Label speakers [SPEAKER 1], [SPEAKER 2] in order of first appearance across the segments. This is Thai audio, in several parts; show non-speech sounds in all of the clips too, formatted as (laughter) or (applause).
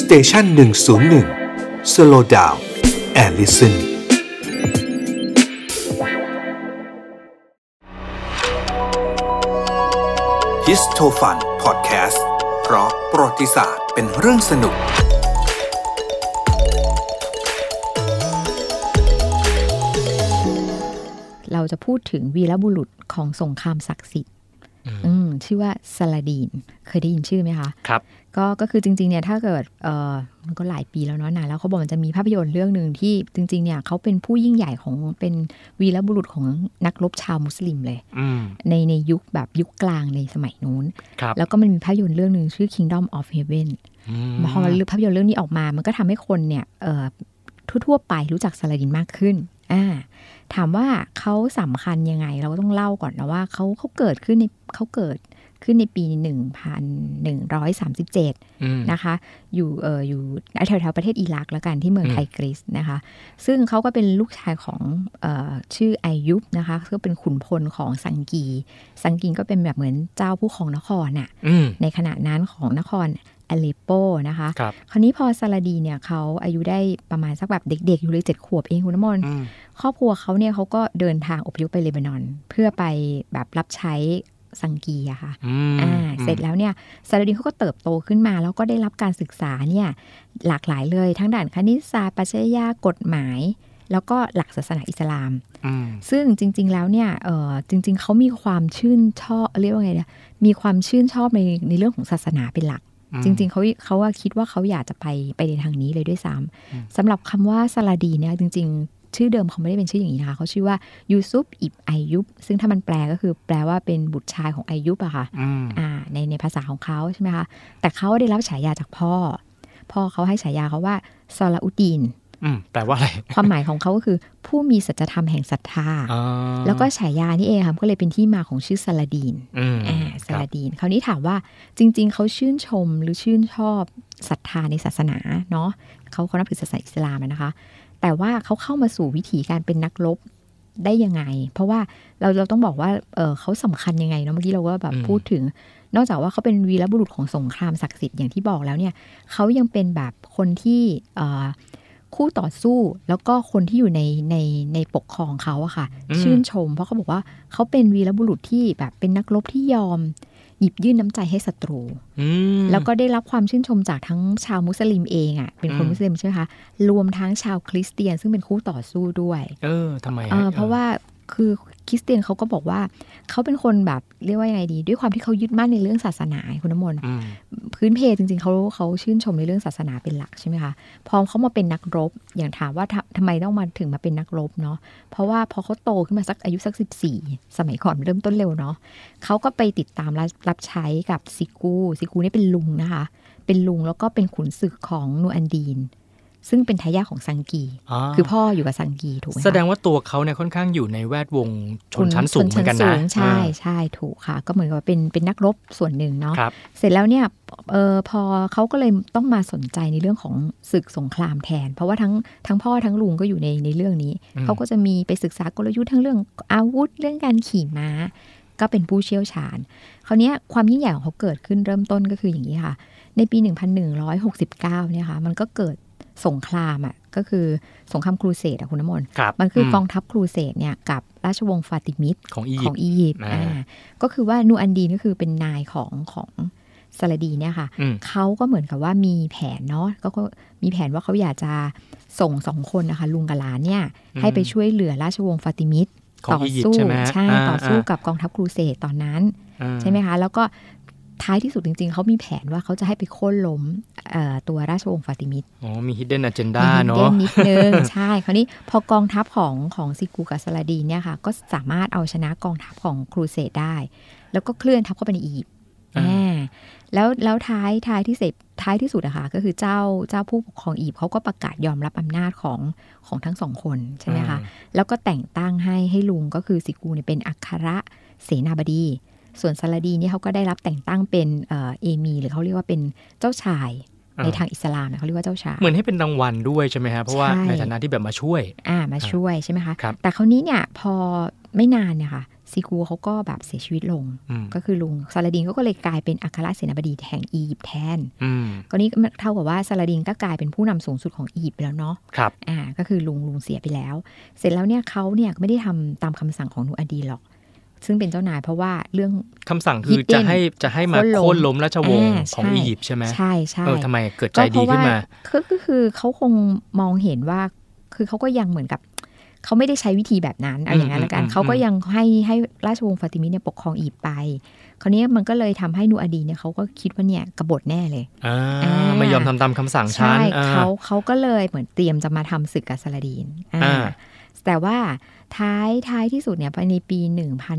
[SPEAKER 1] สเตชันหนึ่งศูนย์หนึ่งสโลดาวแอลลิสัน ฮิสโทฟันพอดแคสต์เพราะประวัติศาสตร์เป็นเรื่องสนุก
[SPEAKER 2] เราจะพูดถึงวีรบุรุษของสงครามศักดิ์สิทธิ์อืมชื่อว่าซาลาดีน เคยได้ยินชื่อไหมคะ
[SPEAKER 3] ครับ
[SPEAKER 2] ก็ก็คือจริงๆเนี่ยถ้าเกิดเออมันก็หลายปีแล้วเนาะนานแล้วเขาบอกมันจะมีภาพยนตร์เรื่องหนึ่งที่จริงๆเนี่ยเขาเป็นผู้ยิ่งใหญ่ของเป็นวีรบุรุษของนักรบชาวมุสลิมเลย
[SPEAKER 3] อืม
[SPEAKER 2] ในในยุคแบบยุคกลางในสมัยนู้น
[SPEAKER 3] ครับ
[SPEAKER 2] แล้วก็มันมีภาพยนตร์เรื่องหนึ่งชื่อ Kingdom of Heaven
[SPEAKER 3] ม
[SPEAKER 2] พอมันภาพยนตร์เรื่องนี้ออกมา มันก็ทำให้คนเนี่ยเอ่อทั่วๆไปรู้จักซาลาดินมากขึ้นอ่าถามว่าเขาสำคัญยังไง เราก็ต้องเล่าก่อนนะว่าเขาเขาเกิดขึ้นในเขาเกิดขึ้นในปี 1137
[SPEAKER 3] อืม
[SPEAKER 2] นะคะ อยู่เอ่ออยู่แถวแถวๆประเทศอิรักแล้วกันที่เมือง
[SPEAKER 3] อืม
[SPEAKER 2] ไทกริสนะคะ ซึ่งเขาก็เป็นลูกชายของเออชื่ออายุบนะคะซึ่งเป็นขุนพลของสังกี สังกีก็เป็นแบบเหมือนเจ้าผู้ครองนครน่ะ
[SPEAKER 3] อืม
[SPEAKER 2] ในขณะนั้นของนครอเลปโปนะคะ
[SPEAKER 3] ครับ
[SPEAKER 2] คราวนี้พอซาลาดีเนี่ยเขาอายุได้ประมาณสักแบบเด็กๆ อยู่เลยเจ็ดขวบเองคุณน้ำมนต์
[SPEAKER 3] อืม
[SPEAKER 2] ครอบครัวเขาเนี่ยเขาก็เดินทางอพยพไปเลบานอน เพื่อไปแบบรับใช้สังกีอะค่ะ
[SPEAKER 3] อืม
[SPEAKER 2] อ่า เสร็จแล้วเนี่ยซาลาดินเขาก็เติบโตขึ้นมา แล้วก็ได้รับการศึกษาเนี่ยหลากหลายเลย ทั้งด้านคณิตศาสตร์ปรัชญากฎหมาย แล้วก็หลักศาสนาอิสลาม
[SPEAKER 3] อืม
[SPEAKER 2] ซึ่งจริง ๆ แล้วเนี่ยเออจริง ๆเขามีความชื่นชอบเรียกว่าไงเนี่ยมีความชื่นชอบในในเรื่องของศาสนาเป็นหลัก
[SPEAKER 3] อืม
[SPEAKER 2] จริง ๆเขาเขาว่าคิดว่าเขาอยากจะไปไปในทางนี้เลยด้วยซ้ำสำหรับคำว่าซาลาดีเนี่ยจริง ๆ ชื่อเดิมเขาไม่ได้เป็นชื่ออย่างนี้นะคะเขาชื่อว่ายูซุปอิบไอยุบซึ่งถ้ามันแปลก็คือแปลว่าเป็นบุตรชายของไอยุบอะค่ะ
[SPEAKER 3] อืม
[SPEAKER 2] อ่าในในภาษาของเขาใช่ไหมคะ แต่เขาได้รับฉายาจากพ่อ พ่อเขาให้ฉายาเขาว่าซาลาอุดดีน
[SPEAKER 3] อืม แต่ว่าอะไร
[SPEAKER 2] ความหมายของเขาก็คือผู้มีสัจธรรมแห่งศรัทธา
[SPEAKER 3] อ่า
[SPEAKER 2] แล้วก็ฉายานี่เองค่ะก็เลยเป็นที่มาของชื่อซาลาดีน
[SPEAKER 3] อืม
[SPEAKER 2] อ่าซา
[SPEAKER 3] ครั
[SPEAKER 2] ลา
[SPEAKER 3] บ
[SPEAKER 2] ดีน คราวนี้ถามว่าจริง ๆ เขาชื่นชมหรือชื่นชอบศรัทธาในศาสนาเนาะเขาเขานับถือศาสนาอิสลามอะนะคะ แต่ว่าเขาเข้ามาสู่วิถีการเป็นนักรบได้ยังไง เพราะว่าเราเราต้องบอกว่าเออเขาสำคัญยังไงเนาะเมื่อกี้เราก็แบบพูดถึง นอกจากว่าเขาเป็นวีรบุรุษของสงครามศักดิ์สิทธิ์อย่างที่บอกแล้วเนี่ยเขายังเป็นแบบคนที่เอ่อคู่ต่อสู้ แล้วก็คนที่อยู่ในในในปกครองเขาอะค่ะ ชื่นชม เพราะเขาบอกว่าเขาเป็นวีรบุรุษที่แบบเป็นนักรบที่ยอม หยิบยื่นน้ำใจให้ศัตรู
[SPEAKER 3] อืม
[SPEAKER 2] แล้วก็ได้รับความชื่นชมจากทั้งชาวมุสลิมเองอะเป็นคน
[SPEAKER 3] อืม
[SPEAKER 2] มุสลิมใช่ไหมคะรวมทั้งชาวคริสเตียนซึ่งเป็นคู่ต่อสู้ด้วย
[SPEAKER 3] เออทำไมฮ
[SPEAKER 2] เออเพราะว่าคือคริสเตียนเขาก็บอกว่าเขาเป็นคนแบบเรียกว่ายังไงดี ด้วยความที่เขายึดมั่นในเรื่องศาสนาคุณน้ำมนต์
[SPEAKER 3] อืม
[SPEAKER 2] พื้นเพจริงๆเขาเขาชื่นชมในเรื่องศาสนาเป็นหลักใช่ไหมคะพอเขามาเป็นนักรบ อย่างถามว่าทำทำไมต้องมาถึงมาเป็นนักรบเนาะเพราะว่าพอเขาโตขึ้นมาสักอายุสัก 14 สมัยก่อนเริ่มต้นเร็วเนาะเขาก็ไปติดตามรับรับใช้กับซิกูซิกูนี่เป็นลุงนะคะ เป็นลุงแล้วก็เป็นขุนศึกของนูอันดีน ซึ่งเป็นทายาทของสังกี
[SPEAKER 3] อ่า
[SPEAKER 2] คือพ่ออยู่กับสังกีถูกไหมคะ
[SPEAKER 3] แสดงว่าตัวเขาเนี่ยค่อนข้างอยู่ในแวดวงชนชั้นสูงเหมือนกันนะ
[SPEAKER 2] ชชั้สูงใช่
[SPEAKER 3] อ่า
[SPEAKER 2] ใช่ถูกค่ะ ก็เหมือนกับว่าเป็นเป็นนักรบส่วนหนึ่งเนาะ
[SPEAKER 3] ครับ
[SPEAKER 2] เสร็จแล้วเนี่ยเออพอเขาก็เลยต้องมาสนใจในเรื่องของศึกสงครามแทน เพราะว่าทั้งทั้งพ่อทั้งลุงก็อยู่ในในเรื่องนี้
[SPEAKER 3] อืม
[SPEAKER 2] เขาก็จะมีไปศึกษากลยุทธ์ทั้งเรื่องอาวุธเรื่องการขี่ม้า ก็เป็นผู้เชี่ยวชาญ คราวเนี้ยความยิ่งใหญ่ของเขาเกิดขึ้นเริ่มต้นก็คืออย่างนี้ค่ะ ในปี 1169เนี่ยค่ะมันก็เกิดสงครามอ่ะก็คือสงครามครูเสดอะคุณน้ำมนต์
[SPEAKER 3] ครับ
[SPEAKER 2] มันคืออก กองทัพครูเสดเนี่ยกับราชวงศ์ฟาติมิด
[SPEAKER 3] ของอี
[SPEAKER 2] ข
[SPEAKER 3] ยิป
[SPEAKER 2] อง
[SPEAKER 3] ต์
[SPEAKER 2] อียิปต์
[SPEAKER 3] อ่า
[SPEAKER 2] อ่าก็คือว่านูอันดีนก็คือเป็นนายของของซาลาดีเนี่ยค่ะ
[SPEAKER 3] อืม
[SPEAKER 2] เขาก็เหมือนกับว่ามีแผนเนาะก็ก็มีแผนว่าเขาอยากจะส่งสองคนนะคะลุงกับหลานเนี่ย
[SPEAKER 3] อืม
[SPEAKER 2] ให้ไปช่วยเหลือราชวงศ์ฟาติมิด
[SPEAKER 3] ของ
[SPEAKER 2] ต่อ
[SPEAKER 3] อียิป
[SPEAKER 2] สู้
[SPEAKER 3] ต์ใช่ไหมฮะา
[SPEAKER 2] ต่อสู้กับกองทัพครูเสดตอนนั้น
[SPEAKER 3] อ่า
[SPEAKER 2] ใช่ไหมคะ แล้วก็ท้ายที่สุดจริง ๆเขามีแผนว่าเขาจะให้ไปโค่นล้มเอ่อตัวราชวงศ์ฟาติมิด
[SPEAKER 3] อ๋อมี hidden agenda เนาะ
[SPEAKER 2] มีเด่นนิดนึง (laughs) ใช่ คราวนี้พอกองทัพของของซิกูกับซาลาดีนเนี่ยค่ะ ก็สามารถเอาชนะกองทัพของครูเสดได้ แล้วก็เคลื่อนทัพเข้าไปในอียิปต์
[SPEAKER 3] อ่า
[SPEAKER 2] อ่าแล้วแล้วท้ายท้ายที่เสร็จท้ายที่สุดอะค่ะก็คือเจ้าเจ้าผู้ปกครองอียิปต์เขาก็ประกาศยอมรับอำนาจของของทั้งสองคนใช่ไหมคะ แล้วก็แต่งตั้งให้ให้ลุงก็คือสิกูเนี่ยเป็นอัครเสนาบดี ส่วนซาลาดีเนี่ยเขาก็ได้รับแต่งตั้งเป็นเอ่อเอมี หรือเขาเรียกว่าเป็นเจ้าชายใน
[SPEAKER 3] อ่า
[SPEAKER 2] ทางอิสลามเนี่ยเขาเรียกว่าเจ้าชาย
[SPEAKER 3] เหมือนให้เป็นรางวัลด้วยใช่ไหมฮะเพราะว่า
[SPEAKER 2] ใช่
[SPEAKER 3] ในฐานะที่แบบมาช่วย
[SPEAKER 2] อ่ามาช่วยใช่ไหมคะ
[SPEAKER 3] ครับ
[SPEAKER 2] แต่คราวนี้เนี่ยพอไม่นานเนี่ยค่ะ ซีกูเขาก็แบบเสียชีวิตลง
[SPEAKER 3] อืม
[SPEAKER 2] ก็คือลุงซาลาดินเขาก็เลยกลายเป็นอัครเสนาบดีแห่งอียิปต์แทน
[SPEAKER 3] อืม
[SPEAKER 2] ก็นี่มันเท่ากับว่าซาลาดินก็กลายเป็นผู้นำสูงสุดของอียิปต์ไปแล้วเนาะ
[SPEAKER 3] ครับ
[SPEAKER 2] อ่าก็คือลุงลุงเสียไปแล้ว เสร็จแล้วเนี่ยเขาเนี่ยไม่ได้ทำตามคำสั่งของนูอาดีหรอก ซึ่งเป็นเจ้านายเพราะว่าเรื่อง
[SPEAKER 3] คำสั่งคือ
[SPEAKER 2] ฮิดเด้น
[SPEAKER 3] จะให้จะให้มา
[SPEAKER 2] โค่
[SPEAKER 3] โค่น
[SPEAKER 2] นล้
[SPEAKER 3] ล้ม
[SPEAKER 2] ม
[SPEAKER 3] ราชวงศ์
[SPEAKER 2] อ่า
[SPEAKER 3] ของ
[SPEAKER 2] ใช่
[SPEAKER 3] อียิปต์ใช่ไหม
[SPEAKER 2] ใช่ใช่
[SPEAKER 3] เออทำไมเกิดใจดีขึ้นมา
[SPEAKER 2] ก็ก็คือเขาคงมองเห็นว่าคือเขาก็ยังเหมือนกับเขาไม่ได้ใช้วิธีแบบนั้นเอาอย่างนั้น
[SPEAKER 3] อืม
[SPEAKER 2] ละกัน
[SPEAKER 3] อืม
[SPEAKER 2] เขาก็
[SPEAKER 3] อืม
[SPEAKER 2] ยังให้ให้ราชวงศ์ฟาติมิดเนี่ยปกครองอียิปต์ไป คราวนี้มันก็เลยทำให้นูอาดีเนี่ยเขาก็คิดว่าเนี่ยกบฏแน่เลย
[SPEAKER 3] อ่า
[SPEAKER 2] อ่า
[SPEAKER 3] ไม่ยอมทำตามคำสั่งฉั
[SPEAKER 2] ใช่
[SPEAKER 3] นอ่า
[SPEAKER 2] เขาเขาก็เลยเหมือนเตรียมจะมาทำศึกกับซาลาดีนอ่า
[SPEAKER 3] อ่า
[SPEAKER 2] แต่ว่าท้ายท้ายที่สุดเนี่ยภายในปี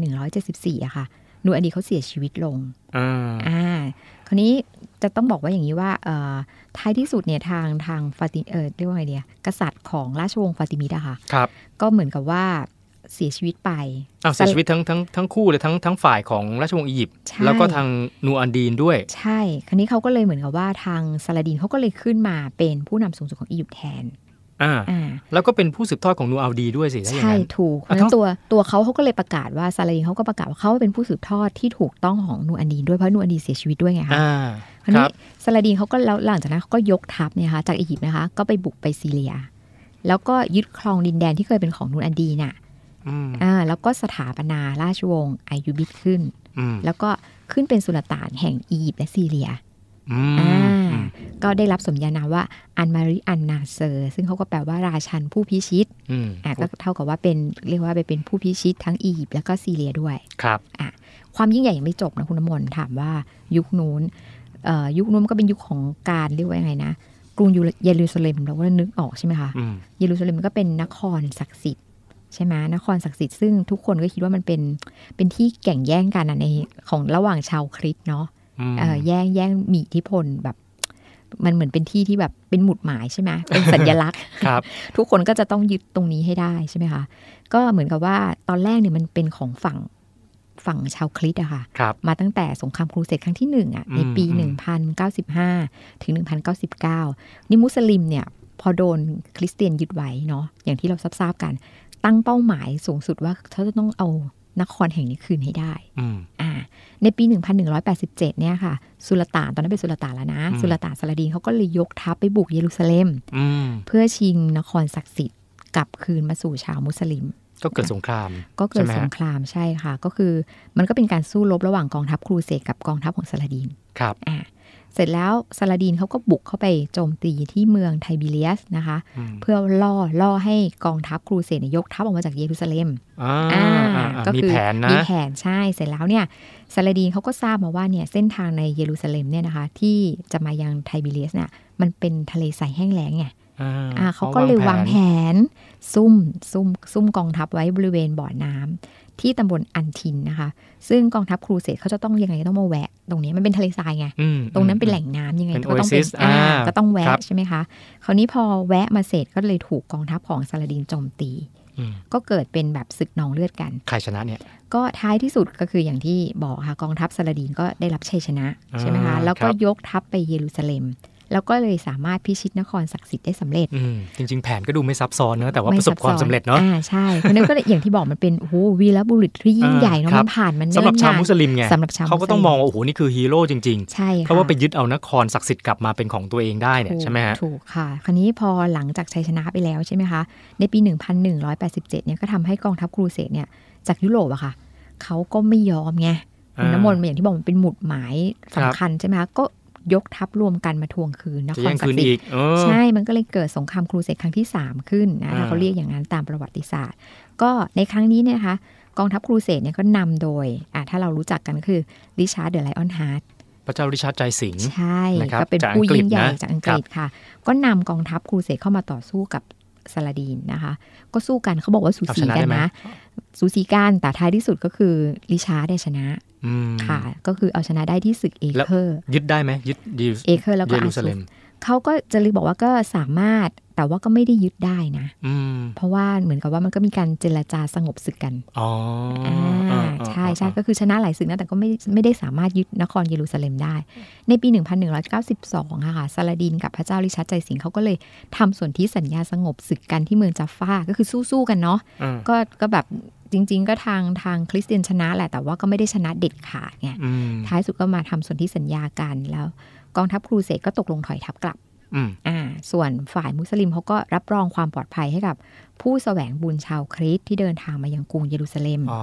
[SPEAKER 2] 1174อะค่ะนูอดีเขาเสียชีวิตลง
[SPEAKER 3] อ่า
[SPEAKER 2] อ่าคราวนี้จะต้องบอกว่าอย่างนี้ว่าเอ่อท้ายที่สุดเนี่ยทางทางฟาติเออเรียกว่าไงเดียกษัตริย์ของราชวงศ์ฟาติมิดอะค่ะ
[SPEAKER 3] ครับ
[SPEAKER 2] ก็เหมือนกับว่าเสียชีวิตไป
[SPEAKER 3] อ้าวเสียชีวิตทั้งทั้งทั้งคู่เลยทั้งทั้งฝ่ายของราชวงศ์อียิปต์
[SPEAKER 2] ใช่
[SPEAKER 3] แล้วก็ทางนูอันดีนด้วย
[SPEAKER 2] ใช่ คราวนี้เขาก็เลยเหมือนกับว่าทางซาลาดินเขาก็เลยขึ้นมาเป็นผู้นำสูงสุดของอียิปต์แทน
[SPEAKER 3] อ่า
[SPEAKER 2] อ่า
[SPEAKER 3] แล้วก็เป็นผู้สืบทอดของนูอัลดีด้วยสิถ้าอย่า
[SPEAKER 2] ใช่
[SPEAKER 3] งนั้น
[SPEAKER 2] ถูกเพราะ
[SPEAKER 3] อ่ะ
[SPEAKER 2] ฉะ
[SPEAKER 3] เขา
[SPEAKER 2] นั้นตัวตัวเขาเขาก็เลยประกาศว่าซาลาดินเขาก็ประกาศว่าเขาเป็นผู้สืบทอดที่ถูกต้องของนูอันดีนด้วยเพราะนูอันดีนเสียชีวิตด้วยไงคะ
[SPEAKER 3] อ่า
[SPEAKER 2] คราว
[SPEAKER 3] ค
[SPEAKER 2] นี้
[SPEAKER 3] รับ
[SPEAKER 2] ซาลาดินเขาก็แล้วหลังจากนั้นเขาก็ยกทัพเนี่ยนะคะจากอียิปต์นะคะก็ไปบุกไปซีเรีย แล้วก็ยึดครองดินแดนที่เคยเป็นของนูอันดีนน่ะ
[SPEAKER 3] อืม
[SPEAKER 2] อ่าแล้วก็สถาปนาราชวงศ์อายูบิดขึ้น
[SPEAKER 3] อืม
[SPEAKER 2] แล้วก็ขึ้นเป็นสุลต่านแห่งอียิปต์และซีเรีย
[SPEAKER 3] อืม
[SPEAKER 2] อ่า
[SPEAKER 3] อืม
[SPEAKER 2] ก็ได้รับสมญานามว่าอันมาริอันนาเซอร์ ซึ่งเขาก็แปลว่าราชันผู้พิชิต
[SPEAKER 3] อืม
[SPEAKER 2] อ่ะก็เท่ากับว่าเป็นเรียกว่าไปเป็นผู้พิชิตทั้งอียิปต์แล้วก็ซีเรียด้วย
[SPEAKER 3] ครับ
[SPEAKER 2] ความยิ่งใหญ่ยังไม่จบนะคุณน้ำมนต์ถามว่ายุคนู้นเอ่อยุคนู้นมันก็เป็นยุคของการเรียกว่ายังไงนะกรุงยูเยรูซาเล็มเราก็นึกออกใช่ไหมคะ
[SPEAKER 3] อืม
[SPEAKER 2] เยรูซาเล็มมันก็เป็นนครศักดิ์สิทธิ์ใช่ไหมนครศักดิ์สิทธิ์ซึ่งทุกคนก็คิดว่ามันเป็นเป็นที่แข่งแย่งกันอะในของระหว่างชาวคริสต์เนาะ
[SPEAKER 3] อืม
[SPEAKER 2] เอ่อแย่งแย่งมีอิทธิพลแบบ มันเหมือนเป็นที่ที่แบบเป็นหมุดหมายใช่ไหมเป็นสัญลักษณ์ (laughs)
[SPEAKER 3] ครับ
[SPEAKER 2] ทุกคนก็จะต้องยึดตรงนี้ให้ได้ใช่ไหมคะก็เหมือนกับว่าตอนแรกเนี่ยมันเป็นของฝั่งฝั่งชาวคริสต์อะค่ะ
[SPEAKER 3] ครับ
[SPEAKER 2] มาตั้งแต่สงครามครูเสดครั้งที่หนึ่งอะในปี
[SPEAKER 3] อืมอืม
[SPEAKER 2] 1095 ถึง 1099 นี่มุสลิมเนี่ย พอโดนคริสเตียนยึดไว้เนาะอย่างที่เราทราบๆกัน ตั้งเป้าหมายสูงสุดว่าเขาจะต้องเอานครแห่งนี้คืนให้ได้
[SPEAKER 3] อืม
[SPEAKER 2] อ่าในปี 1187 เนี่ยค่ะสุลต่านตอนนั้นเป็นสุลต่านแล้วนะ
[SPEAKER 3] อืม
[SPEAKER 2] สุลต่านซาลาดินเขาก็เลยยกทัพไปบุกเยรูซาเล็ม
[SPEAKER 3] อืม
[SPEAKER 2] เพื่อชิงนครศักดิ์สิทธิ์กลับคืนมาสู่ชาวมุสลิม
[SPEAKER 3] ก็เกิดสงคราม
[SPEAKER 2] ก็เกิด
[SPEAKER 3] ใช่ไหม
[SPEAKER 2] ส
[SPEAKER 3] ฮะ
[SPEAKER 2] งครามใช่ค่ะ ก็คือมันก็เป็นการสู้รบระหว่างกองทัพครูเสดกับกองทัพของซาลาดิน
[SPEAKER 3] ครับ
[SPEAKER 2] อ่าเสร็จแล้วซาลาดินเขาก็บุกเข้าไปโจมตีที่เมืองไทบิเลียสนะคะ
[SPEAKER 3] อืม
[SPEAKER 2] เพื่อล่อล่อให้กองทัพครูเสดเนี่ยยกทัพออกมาจากเยรูซาเล็ม
[SPEAKER 3] อ่า
[SPEAKER 2] อ่า
[SPEAKER 3] อ่าอ่า
[SPEAKER 2] ก็
[SPEAKER 3] มี
[SPEAKER 2] คือ
[SPEAKER 3] แผนนะ
[SPEAKER 2] มีแผนใช่เสร็จแล้วเนี่ยซาลาดีนเขาก็ทราบมาว่าเนี่ยเส้นทางในเยรูซาเล็มเนี่ยนะคะ ที่จะมายังไทบิเลียสเนี่ยมันเป็นทะเลทรายแห้งแล้งไง
[SPEAKER 3] อ่า
[SPEAKER 2] อ่าเขาก็เลยวางแผนซุ่มซุ่มซุ่มกองทัพไว้บริเวณบ่อน้ำที่ตำบลอันทินนะคะ ซึ่งกองทัพครูเสดเขาจะต้องยังไงก็ต้องมาแวะ ตรงนี้มันเป็นทะเลทรายไง
[SPEAKER 3] อืม
[SPEAKER 2] ตรงนั้นเป็นแหล่งน้ำยังไง
[SPEAKER 3] เป็น
[SPEAKER 2] ก็ต้อง
[SPEAKER 3] oasis อ่า
[SPEAKER 2] อ่าก็ต้อง
[SPEAKER 3] ครั
[SPEAKER 2] แวะ
[SPEAKER 3] บ
[SPEAKER 2] ใช่ไหมคะคราวนี้พอแวะมาเสร็จก็เลยถูกกองทัพของซาลาดีนโจมตี
[SPEAKER 3] อืม
[SPEAKER 2] ก็เกิดเป็นแบบศึกหนองเลือดกัน
[SPEAKER 3] ใครชนะเนี่ย
[SPEAKER 2] ก็ท้ายที่สุดก็คืออย่างที่บอกค่ะกองทัพซาลาดินก็ได้รับชัยชนะ
[SPEAKER 3] อ่า
[SPEAKER 2] ใช่ไหมคะแล้วก็
[SPEAKER 3] ครับ
[SPEAKER 2] ยกทัพไปเยรูซาเล็ม แล้วก็เลยสามารถพิชิตนครศักดิ์สิทธิ์ได้สำเร็จ
[SPEAKER 3] อืมจริง ๆ แผนก็ดูไม่ซับซ้อนนะแต่ว่า
[SPEAKER 2] ไ
[SPEAKER 3] ประสบความ
[SPEAKER 2] ซ้อน
[SPEAKER 3] สำเร็จเนาะ
[SPEAKER 2] อ่าใช่เพราะนั้นก็เลย (laughs) อย่างที่บอกมันเป็นโอ้โหวีรบุรุษที่ยิ่งใหญ่เนาะ
[SPEAKER 3] อ่าครั
[SPEAKER 2] มั
[SPEAKER 3] บ
[SPEAKER 2] นผ่านมัน
[SPEAKER 3] สำหรับชาว
[SPEAKER 2] เนิ่นนน
[SPEAKER 3] มุสลิมไง
[SPEAKER 2] สำหรับชาว
[SPEAKER 3] เขาก็ต้อง
[SPEAKER 2] สลิ
[SPEAKER 3] มองว่าโอ้โหนี่คือฮีโร่จริง
[SPEAKER 2] ใช่
[SPEAKER 3] ๆ
[SPEAKER 2] ค่ะ
[SPEAKER 3] เพราะว่าไปยึดเอานครศักดิ์สิทธิ์กลับมาเป็นของตัวเองได้เนี่ย
[SPEAKER 2] ถูก
[SPEAKER 3] ใช่ไหมฮะ
[SPEAKER 2] ถูกค่ะ คราวนี้พอหลังจากชัยชนะไปแล้วใช่ไหมคะ ในปี 1187เนี่ยก็ทำให้กองทัพครูเสดเนี่ยจากยุโรปอะค่ะเขาก็ไม่ยอมไง คุณน้ำมนต์
[SPEAKER 3] อ่า
[SPEAKER 2] อย่างที่บอกมันเป็นหมุดหมาย
[SPEAKER 3] ครั
[SPEAKER 2] สำ
[SPEAKER 3] บ
[SPEAKER 2] คัญใช่ไหมคะก็ยกทัพรวมกันมาทวงคืนน
[SPEAKER 3] จะ
[SPEAKER 2] คร
[SPEAKER 3] แย่ง
[SPEAKER 2] ศัก
[SPEAKER 3] คืน
[SPEAKER 2] ดิ์สิท
[SPEAKER 3] อี
[SPEAKER 2] ธิ์
[SPEAKER 3] กเออ
[SPEAKER 2] ใช่ มันก็เลยเกิดสงครามครูเสดครั้งที่ 3 ขึ้นนะ
[SPEAKER 3] อ่า
[SPEAKER 2] ถ้าเขาเรียกอย่างนั้นตามประวัติศาสตร์ ก็ในครั้งนี้เนี่ยนะคะกองทัพครูเสดเนี่ยก็นำโดยอ่ะถ้าเรารู้จักกันก็คือริชาร์ดเดอะไลออนฮาร์ด
[SPEAKER 3] พระเจ้าริชาร์ดใจสิงห์
[SPEAKER 2] ใช่
[SPEAKER 3] นะครับ
[SPEAKER 2] ก็เป็น
[SPEAKER 3] จากอัง
[SPEAKER 2] ผู้
[SPEAKER 3] กฤษ
[SPEAKER 2] ยิ่งใหญ่
[SPEAKER 3] นะ
[SPEAKER 2] จากอังกฤษค่ะ ก็นำกองทัพครูเสดเข้ามาต่อสู้กับซาลาดีนนะคะ ก็สู้กันเขาบอกว่าสูสี
[SPEAKER 3] เอาชนะ
[SPEAKER 2] กั
[SPEAKER 3] ได้
[SPEAKER 2] น
[SPEAKER 3] ไหม
[SPEAKER 2] นะสูสีกันแต่ท้ายที่สุดก็คือริชาร์ดได้ชนะ
[SPEAKER 3] อืม
[SPEAKER 2] ค่ะ ก็คือเอาชนะได้ที่ศึกเอ
[SPEAKER 3] แล้ว
[SPEAKER 2] เคอร์
[SPEAKER 3] ยึดได้ไหมยึดเย
[SPEAKER 2] เอเคอร์แล้วก็
[SPEAKER 3] รู
[SPEAKER 2] อา
[SPEAKER 3] ซา
[SPEAKER 2] ซุ
[SPEAKER 3] เล็
[SPEAKER 2] ฟ
[SPEAKER 3] ม
[SPEAKER 2] เขาก็จะเลยบอกว่าก็สามารถแต่ว่าก็ไม่ได้ยึดได้นะ
[SPEAKER 3] อืม
[SPEAKER 2] เพราะว่าเหมือนกับว่ามันก็มีการเจรจาสงบศึกกัน
[SPEAKER 3] อ๋ออ่าอ่า
[SPEAKER 2] อ่า
[SPEAKER 3] อ่า
[SPEAKER 2] ใช่ใช่ก็คือชนะหลายศึกนะแต่ก็ไม่ไม่ได้สามารถยึดนครเยรูซาเล็มได้ ในปี 1192อะค่ะซาลาดินกับพระเจ้าริชาร์ดใจสิงห์เขาก็เลยทำส่วนที่สัญญาสงบศึกกันที่เมืองจาฟฟาก็คือสู้ๆกันเนาะ
[SPEAKER 3] อ่า
[SPEAKER 2] ก็ก็แบบ จริง ๆ ก็ทางทางคริสเตียนชนะแหละ แต่ว่าก็ไม่ได้ชนะเด็ดขาดไง
[SPEAKER 3] อืม
[SPEAKER 2] ท้ายสุดก็มาทำสนธิสัญญากันแล้ว กองทัพครูเสดก็ตกลงถอยทัพกลับ
[SPEAKER 3] อืม
[SPEAKER 2] อ่า ส่วนฝ่ายมุสลิมเขาก็รับรองความปลอดภัยให้กับ ผู้แสวงบุญชาวคริสต์ที่เดินทางมายังกรุงเยรูซาเล็ม
[SPEAKER 3] อ๋อ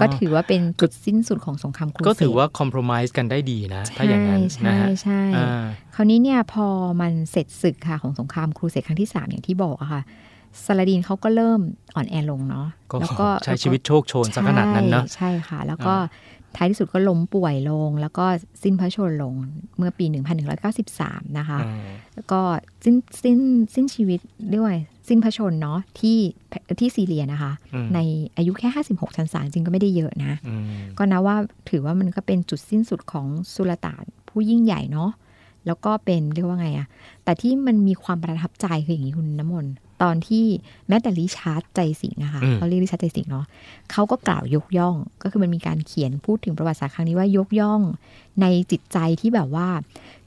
[SPEAKER 2] ก็ถือว่าเป็นจุดสิ้นสุดของสงครามครูเสด
[SPEAKER 3] ก็ถือว่าคอม p r o m i s e กันได้ดีนะ ถ้าอย่างนั้น
[SPEAKER 2] ใช่
[SPEAKER 3] นะฮะ
[SPEAKER 2] ใช่ใช่
[SPEAKER 3] อ่า
[SPEAKER 2] คราวนี้เนี่ยพอมันเสร็จศึกค่ะของสงครามครูเสดครั้งที่ 3 อย่างที่บอกอะค่ะซาลาดินเขาก็เริ่มอ่อนแอลงเนาะ
[SPEAKER 3] ก็
[SPEAKER 2] แล้วก็
[SPEAKER 3] ใช้ชีวิตโชคโชน
[SPEAKER 2] ใช่
[SPEAKER 3] สักขนาดนั้นเนาะ
[SPEAKER 2] ใช่ค่ะ แล้วก็ท้ายที่สุดก็ล้มป่วยลง แล้วก็สิ้นพระชนม์ลงเมื่อปี 1193 นะคะ
[SPEAKER 3] อืม
[SPEAKER 2] แล้วก็สิ้นสิ้นสิ้นชีวิตด้วยสิ้นพระชนม์เนาะที่ที่ซีเรียนะคะ
[SPEAKER 3] อืม
[SPEAKER 2] ในอายุแค่ 56ชันสารจริงก็ไม่ได้เยอะนะ
[SPEAKER 3] อืม
[SPEAKER 2] ก็นะว่าถือว่ามันก็เป็นจุดสิ้นสุดของสุลต่านผู้ยิ่งใหญ่เนาะแล้วก็เป็นเรียกว่าไงอะแต่ที่มันมีความประทับใจคืออย่างนี้คุณน้ำมนต์ตอนที่แม้แต่ริชาร์ดใจสิงห์อะค่ะ
[SPEAKER 3] อืม
[SPEAKER 2] เขาเรียกริชาร์ดใจสิงห์เนาะเขาก็กล่าวยกย่อง ก็คือมันมีการเขียนพูดถึงประวัติศาสตร์ครั้งนี้ว่ายกย่อง ในจิตใจที่แบบว่า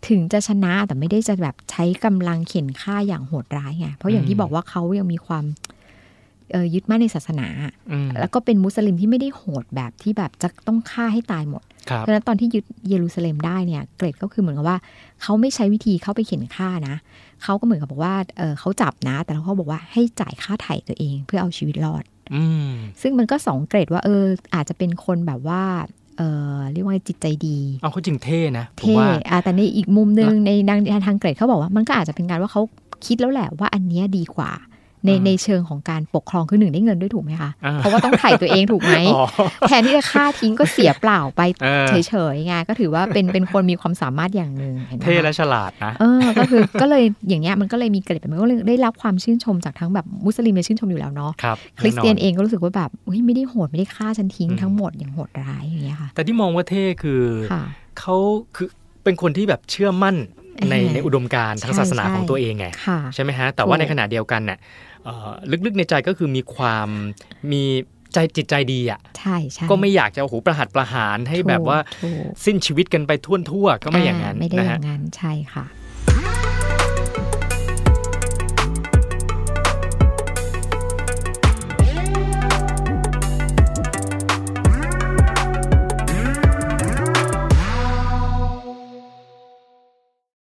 [SPEAKER 2] ถึงจะชนะแต่ไม่ได้จะแบบใช้กำลังเข็นฆ่าอย่างโหดร้ายไงเพราะอย่างที่
[SPEAKER 3] อืม
[SPEAKER 2] บอกว่าเขายังมีความเอ่อยึดมั่นในศาสนา
[SPEAKER 3] อืม
[SPEAKER 2] แล้วก็เป็นมุสลิมที่ไม่ได้โหดแบบที่แบบจะต้องฆ่าให้ตายหมด
[SPEAKER 3] ครั
[SPEAKER 2] เพ
[SPEAKER 3] บ
[SPEAKER 2] ราะฉะนั้นตอนที่ยึดเยรูซาเล็มได้เนี่ยเกรดก็คือเหมือนกับว่า เขาไม่ใช้วิธีเข้าไปเข็นฆ่านะ เขาก็เหมือนกับบอกว่าเออเขาจับนะ แต่เขาบอกว่าให้จ่ายค่าไถ่ตัวเองเพื่อเอาชีวิตรอด
[SPEAKER 3] อืม
[SPEAKER 2] ซึ่งมันก็สองเกรดว่าเอออาจจะเป็นคนแบบว่าเออเรียกว่าไงจิตใจดี
[SPEAKER 3] เอาเขาจริงเท่นะผม
[SPEAKER 2] เท่
[SPEAKER 3] ว่า
[SPEAKER 2] อ่ะแต่ในอีกมุมหนึ่งในทางทางเกรดเขาบอกว่า มันก็อาจจะเป็นการว่าเขาคิดแล้วแหละว่าอันเนี้ยดีกว่า ใน
[SPEAKER 3] อ่า
[SPEAKER 2] ในเชิงของการปกครองคือหนึ่งได้เงินด้วยถูกไหมคะ
[SPEAKER 3] อ่า
[SPEAKER 2] เพราะว่าต้องไถ่ตัวเองถูกไหม
[SPEAKER 3] อ๋อ
[SPEAKER 2] แทนที่จะฆ่าทิ้งก็เสียเปล่าไป
[SPEAKER 3] เออ
[SPEAKER 2] เฉยๆไงก็ถือว่าเป็นเป็นคนมีความสามารถอย่างหนึ่งเห็นไหม
[SPEAKER 3] เท่
[SPEAKER 2] คะ
[SPEAKER 3] และฉลาดนะ
[SPEAKER 2] เออก็คือก็เลยอย่างเงี้ยมันก็เลยมีเกร็ดแบบมันก็เลยได้รับความชื่นชมจากทั้งแบบมุสลิมเนี่ยชื่นชมอยู่แล้วเนาะ
[SPEAKER 3] ครับ
[SPEAKER 2] คริสเตียน
[SPEAKER 3] แอ
[SPEAKER 2] เองก็รู้สึกว่าแบบอุ๊ยไม่ได้โหดไม่ได้ฆ่าฉันทิ้ง
[SPEAKER 3] อืม
[SPEAKER 2] ทั้งหมดอย่างโหดร้ายอย่างเงี้ยค่ะ
[SPEAKER 3] แต่ที่มองว่าเท่คือ
[SPEAKER 2] ค่ะ
[SPEAKER 3] เขาคือเป็นคนที่แบบเชื่อมั่นใน
[SPEAKER 2] เออ
[SPEAKER 3] ในอุดมการณ์ทาง
[SPEAKER 2] ใช่
[SPEAKER 3] ศาสนา
[SPEAKER 2] ใช่
[SPEAKER 3] ของตัวเองไง
[SPEAKER 2] ค่ะ
[SPEAKER 3] ใช่ไหมฮะ แต่ว่า
[SPEAKER 2] ถูก
[SPEAKER 3] ในขณะเดียวกันน่ะเอ่อลึกๆในใจก็คือมีความมีใจจิตใจดีอ่ะ
[SPEAKER 2] ใช่ใช่
[SPEAKER 3] ก็ไม่อยากจะโอ้โหประหัตประหารให้แบบว่า
[SPEAKER 2] ถูก
[SPEAKER 3] สิ้นชีวิตกันไปทั่วๆก็ไม่อย่างนั้น
[SPEAKER 2] ไม่ได้
[SPEAKER 3] นะ
[SPEAKER 2] อ
[SPEAKER 3] ฮะ
[SPEAKER 2] ย่างนั้นใช่ค่ะ